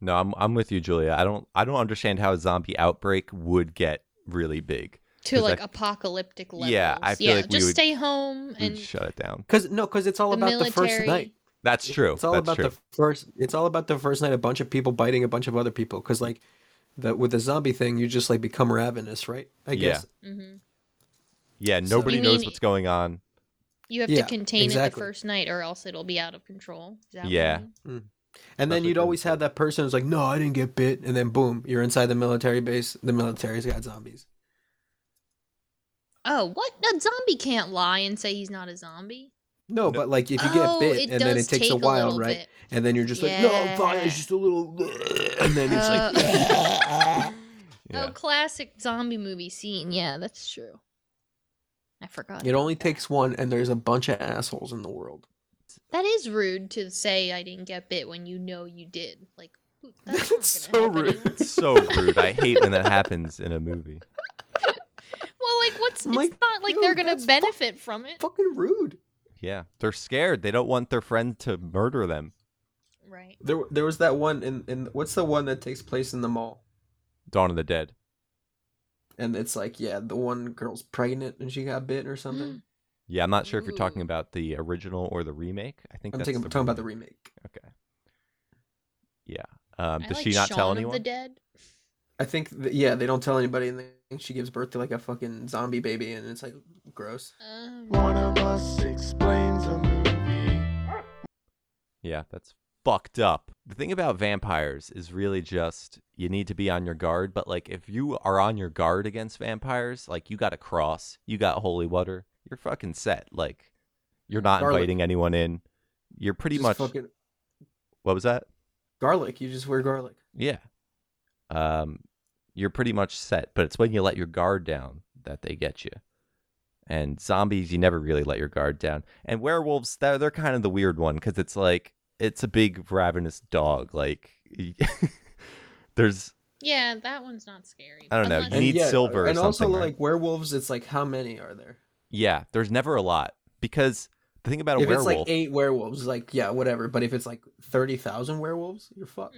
S2: No, I'm I'm with you, Julia. I don't I don't understand how a zombie outbreak would get really big.
S4: to
S2: 'cause I-
S4: like apocalyptic levels.
S2: Yeah, I feel
S4: yeah,
S2: like we
S4: just
S2: would-
S4: stay home
S2: We'd
S4: and
S2: shut it down.
S1: Cause no, cause it's all
S4: the
S1: about
S4: military.
S1: the first night.
S2: That's true.
S1: It's all
S2: That's
S1: about
S2: true.
S1: the first. It's all about the first night. A bunch of people biting a bunch of other people. Cause like, the with the zombie thing, you just like become ravenous, right? I
S2: Yeah.
S1: guess.
S4: Mhm.
S2: yeah,
S1: so-
S2: nobody
S4: You
S2: knows
S4: mean- Oh,
S2: what's going on.
S4: You have
S1: Yeah,
S4: to contain it the
S1: exactly.
S4: first night, or else it'll be out of control. Is that what
S2: Yeah.
S4: you mean?
S1: And then
S2: That's what
S1: you'd
S2: they
S1: always have that person who's like, "No, I didn't get bit," and then boom, you're inside the military base. The military's got zombies.
S4: Oh, what? A zombie can't lie and say he's not a zombie.
S1: No,
S2: No.
S1: but like if you
S4: Oh,
S1: get bit,
S4: it
S1: and then it
S4: does
S1: takes a
S4: take a
S1: while,
S4: little
S1: right?
S4: bit.
S1: And then you're just like, "No,
S4: Yeah.
S1: Vaya's just a little," and then it's like,
S4: Uh,
S2: Yeah.
S4: Oh, classic zombie movie scene. Yeah, that's true. I forgot.
S1: it only takes one, and there's a bunch of assholes in the world.
S4: That is rude to say I didn't get bit when you know you did. Like, ooh, that's,
S1: That's so
S4: not gonna help
S1: rude.
S4: anyone.
S2: It's so rude. I hate when that happens in a movie.
S4: Well, like, what's?
S1: I'm
S4: it's
S1: like,
S4: not like
S1: "Yo,
S4: they're gonna
S1: that's fuck-
S4: benefit from it,
S1: Fucking rude.
S2: Yeah. They're scared. They don't want their friend to murder them.
S4: right?
S1: There, there was that one in, in what's the one that takes place in the mall,
S2: Dawn of the Dead.
S1: and it's like, yeah, the one girl's pregnant and she got bit or
S4: Mm.
S1: something.
S2: Yeah, I'm not sure if you're talking
S4: Ooh.
S2: about the original or the remake. I think
S1: I'm
S2: that's
S1: taking,
S2: the
S1: talking about the
S2: remake.
S1: remake.
S2: Okay. Yeah. Um,
S4: I
S2: does
S4: like
S2: she not
S4: Shaun
S2: tell
S4: of
S2: anyone?
S4: The dead.
S1: I think th- yeah, they don't tell anybody, and then she gives birth to like a fucking zombie baby, and it's like gross.
S4: Um,
S5: One of us explains a movie.
S2: Yeah, that's fucked up. The thing about vampires is really just you need to be on your guard, but like if you are on your guard against vampires, like you got a cross, you got holy water, you're fucking set. Like you're not
S1: Garlic.
S2: inviting anyone in. You're pretty
S1: Just
S2: much
S1: fucking
S2: What was that?
S1: garlic. You just wear garlic.
S2: Yeah. Um, you're pretty much set, but it's when you let your guard down that they get you. And zombies, you never really let your guard down. And werewolves, they're, they're kind of the weird one because it's like, it's a big ravenous dog. Like, there's,
S4: Yeah, that one's not scary.
S2: I don't know,
S4: Unless-
S2: you need silver or
S1: And also
S2: something, right?
S1: like werewolves, it's like how many are there?
S2: yeah, there's never a lot because the thing about a
S1: if
S2: werewolf.
S1: it's like eight werewolves, like yeah, whatever. But if it's like thirty thousand werewolves, you're fucked.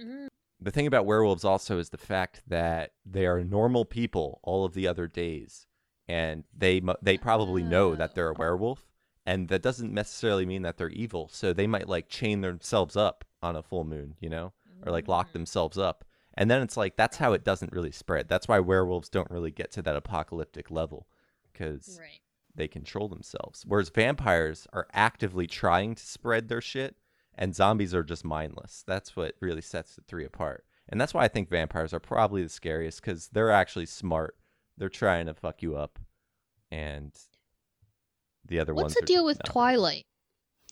S2: the thing about werewolves also is the fact that they are normal people all of the other days and they mu- they probably know that they're a werewolf and that doesn't necessarily mean that they're evil so they might like chain themselves up on a full moon you know or like lock themselves up and then it's like that's how it doesn't really spread that's why werewolves don't really get to that apocalyptic level because they control themselves whereas vampires are actively trying to spread their shit and zombies are just mindless. That's what really sets the three apart. And that's why I think vampires are probably the scariest because they're actually smart. They're trying to fuck you up. And the other ones.
S4: What's the
S2: are-
S4: deal with
S2: no.
S4: Twilight?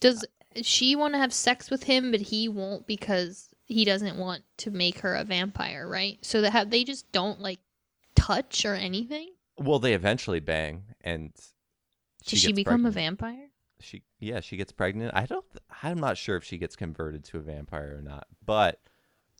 S4: Does she want to have sex with him, but he won't because he doesn't want to make her a vampire, right? So that have, they just don't like touch or anything.
S2: Well, they eventually bang, and
S4: Does she,
S2: gets
S4: become
S2: pregnant.
S4: a vampire?
S2: She yeah, she gets pregnant. I don't. I'm not sure if she gets converted to a vampire or not. But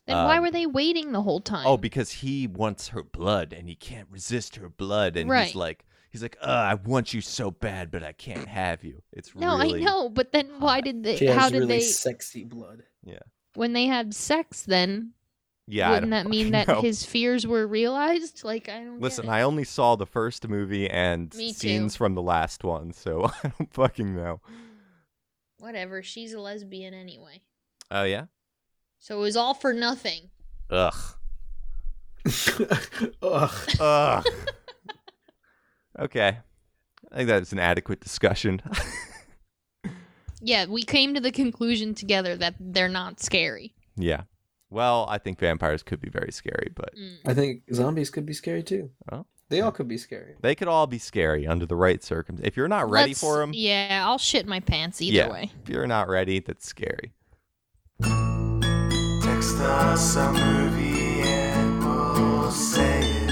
S4: Then why
S2: um,
S4: were they waiting the whole time?
S2: Oh, because he wants her blood and he can't resist her blood, and
S4: Right.
S2: he's like, he's like, Ugh, I want you so bad, but I can't have you. It's
S4: no,
S2: really,
S4: I know, but then why did they?
S1: She has
S4: How did
S1: really
S4: they?
S1: sexy blood.
S2: Yeah.
S4: when they had sex, then
S2: Yeah, I
S4: wouldn't
S2: don't
S4: that
S2: fucking
S4: mean that
S2: know.
S4: his fears were realized? Like I don't.
S2: Listen, I only saw the first movie and
S4: Me too.
S2: scenes from the last one, so I don't fucking know.
S4: Whatever. She's a lesbian anyway,
S2: Oh yeah.
S4: so it was all for nothing.
S2: Ugh.
S1: Ugh.
S2: Ugh. okay. I think that's an adequate discussion.
S4: Yeah, we came to the conclusion together that they're not scary.
S2: yeah. Well, I think vampires could be very scary, but
S4: Mm.
S1: I think zombies could be scary too.
S2: Oh.
S1: They all could be scary.
S2: they could all be scary under the right circumstances. If you're not ready
S4: Let's-
S2: for them,
S4: Yeah, I'll shit my pants either
S2: yeah.
S4: way.
S2: If you're not ready, that's scary.
S11: Text us a movie and we'll say it.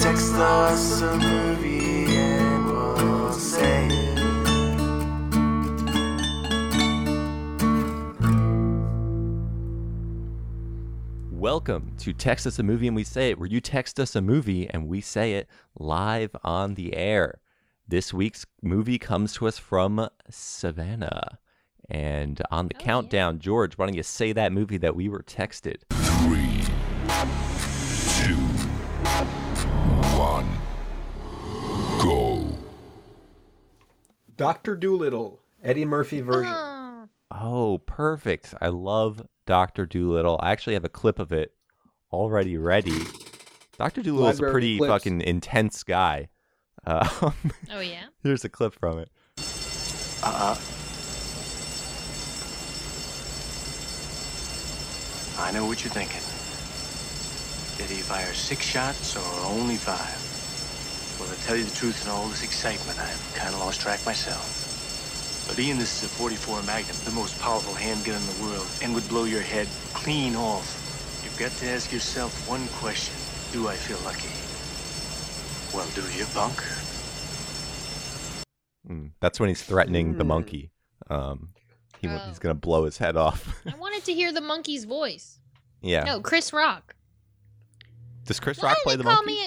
S11: Text us a movie and we'll say it.
S2: Welcome to Text Us a Movie and We Say It, where you text us a movie and we say it live on the air. This week's movie comes to us from Savannah. And on
S4: Oh,
S2: the countdown, George, why don't you say that movie that we were texted?
S12: Three, two, one, go.
S1: Doctor Doolittle, Eddie Murphy version.
S4: Uh-huh.
S2: Oh, perfect. I love Dr. Doolittle. I actually have a clip of it already ready. Dr. Doolittle's a
S1: Library
S2: pretty
S1: clips.
S2: fucking intense guy. Um,
S4: Oh yeah.
S2: here's a clip from it.
S6: Uh, I know what you're thinking. Did he fire six shots or only five? Well, to tell you the truth, in all this excitement, I've kind of lost track myself. But Ian, this is a 44 Magnum, the most powerful handgun in the world, and would blow your head clean off. You've got to ask yourself one question. Do I feel lucky? Well, do you, punk?
S2: Mm, That's when he's threatening the monkey. Um, he, wa- He's going to blow his head off.
S4: I wanted to hear the monkey's voice.
S2: yeah.
S4: No, Chris Rock.
S2: Does Chris
S4: Why
S2: Rock
S4: did
S2: play
S4: they
S2: the
S4: call
S2: monkey?
S4: me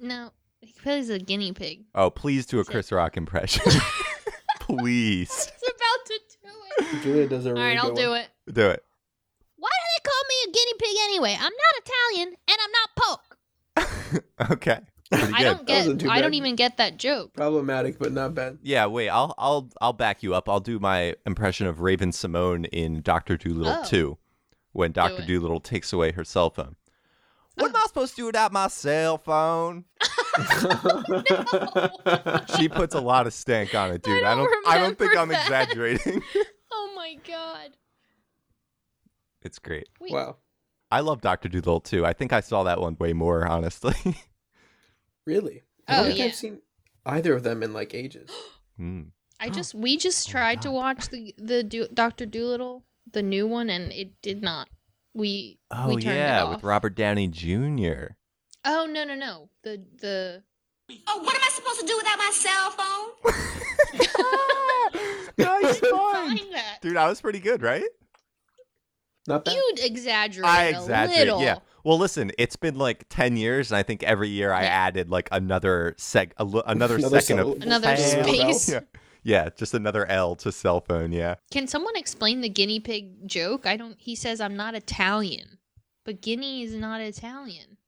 S4: a... No, he plays a guinea pig.
S2: Oh, please do a Chris Rock impression. please.
S4: It's about to do it.
S1: Julia does a
S4: All
S1: really
S4: right, I'll
S1: good
S4: do
S1: one.
S4: it.
S2: Do it.
S4: Why do they call me a guinea pig anyway? I'm not Italian and I'm not poke.
S2: Okay. Pretty
S4: I
S2: good.
S4: don't get. I don't even get that joke.
S1: Problematic, but not bad.
S2: Yeah, wait. I'll I'll I'll back you up. I'll do my impression of Raven Simone in Doctor Doolittle
S1: Oh.
S2: 2 when Doctor
S1: it.
S2: Doolittle takes away her cell phone. What
S4: Oh.
S2: am I supposed to do without my cell phone? She puts a lot of stank on it, dude. I don't. I don't, think I'm
S4: remember that.
S2: exaggerating.
S4: Oh my god.
S2: it's great.
S4: Wait. Wow.
S2: I love Doctor Doolittle too. I think I saw that one way more, honestly.
S1: Really? I
S4: Oh
S1: don't think
S4: yeah.
S1: I've seen either of them in like ages.
S2: Mm.
S4: I just we just
S2: Oh,
S4: tried to watch the the Do- Doctor Doolittle the new one and it did not. We
S2: Oh
S4: we turned
S2: yeah,
S4: it off.
S2: with Robert Downey Jr.
S4: Oh no no no the the
S5: Oh, what am I supposed to do without my cell phone?
S2: nice
S4: find that.
S2: Dude, I was pretty good, right?
S1: Not
S4: You'd exaggerate.
S2: I
S4: A
S2: exaggerate.
S4: little.
S2: Yeah. Well, listen, it's been like ten years, and I think every year I added like another seg, a l- another,
S1: Another
S2: second of
S1: syllable. Another
S2: Hell.
S4: space.
S2: Yeah. yeah, just another L to cell phone. Yeah.
S4: Can someone explain the guinea pig joke? I don't. He says I'm not Italian, but guinea is not Italian.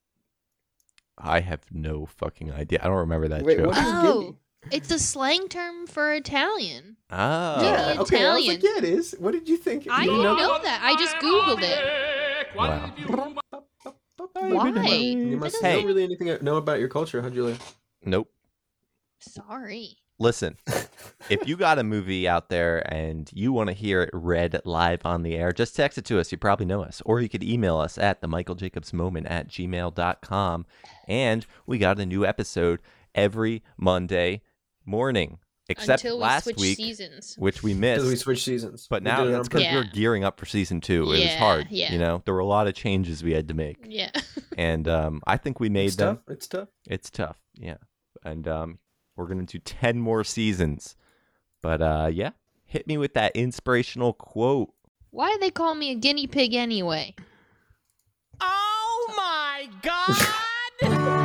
S2: I have no fucking idea. I don't remember that
S1: Wait,
S2: joke.
S1: what is
S4: Oh, it's a slang term for Italian.
S2: Oh.
S1: Yeah, okay. I was like, yeah,
S4: Italian.
S1: it is. What did you think?
S4: I
S1: You
S4: didn't know that. I just googled it.
S2: Wow.
S4: Why?
S1: You must
S2: Hey.
S1: know really anything know about your culture, huh, Julia?
S2: Nope.
S4: Sorry.
S2: Listen, if you got a movie out there and you want to hear it read live on the air, just text it to us. You probably know us. Or you could email us at the Michael Jacobs moment at gmail.com. And we got a new episode every Monday morning, except
S4: Until we
S2: last
S4: switch
S2: week,
S4: seasons.
S2: which we
S1: Because
S2: missed.
S1: we switched seasons.
S2: but
S1: We
S2: now
S1: did it on
S2: that's because
S1: purpose.
S2: we were gearing up for season two. It was
S4: Yeah,
S2: hard.
S4: yeah.
S2: You know, there were a lot of changes we had to make.
S4: Yeah.
S2: And um, I think we made
S1: It's
S2: them.
S1: tough. It's tough.
S2: It's tough, yeah. And um, we're gonna do ten more seasons. But uh, yeah, hit me with that inspirational quote.
S4: Why do they call me a guinea pig anyway?
S8: Oh my god!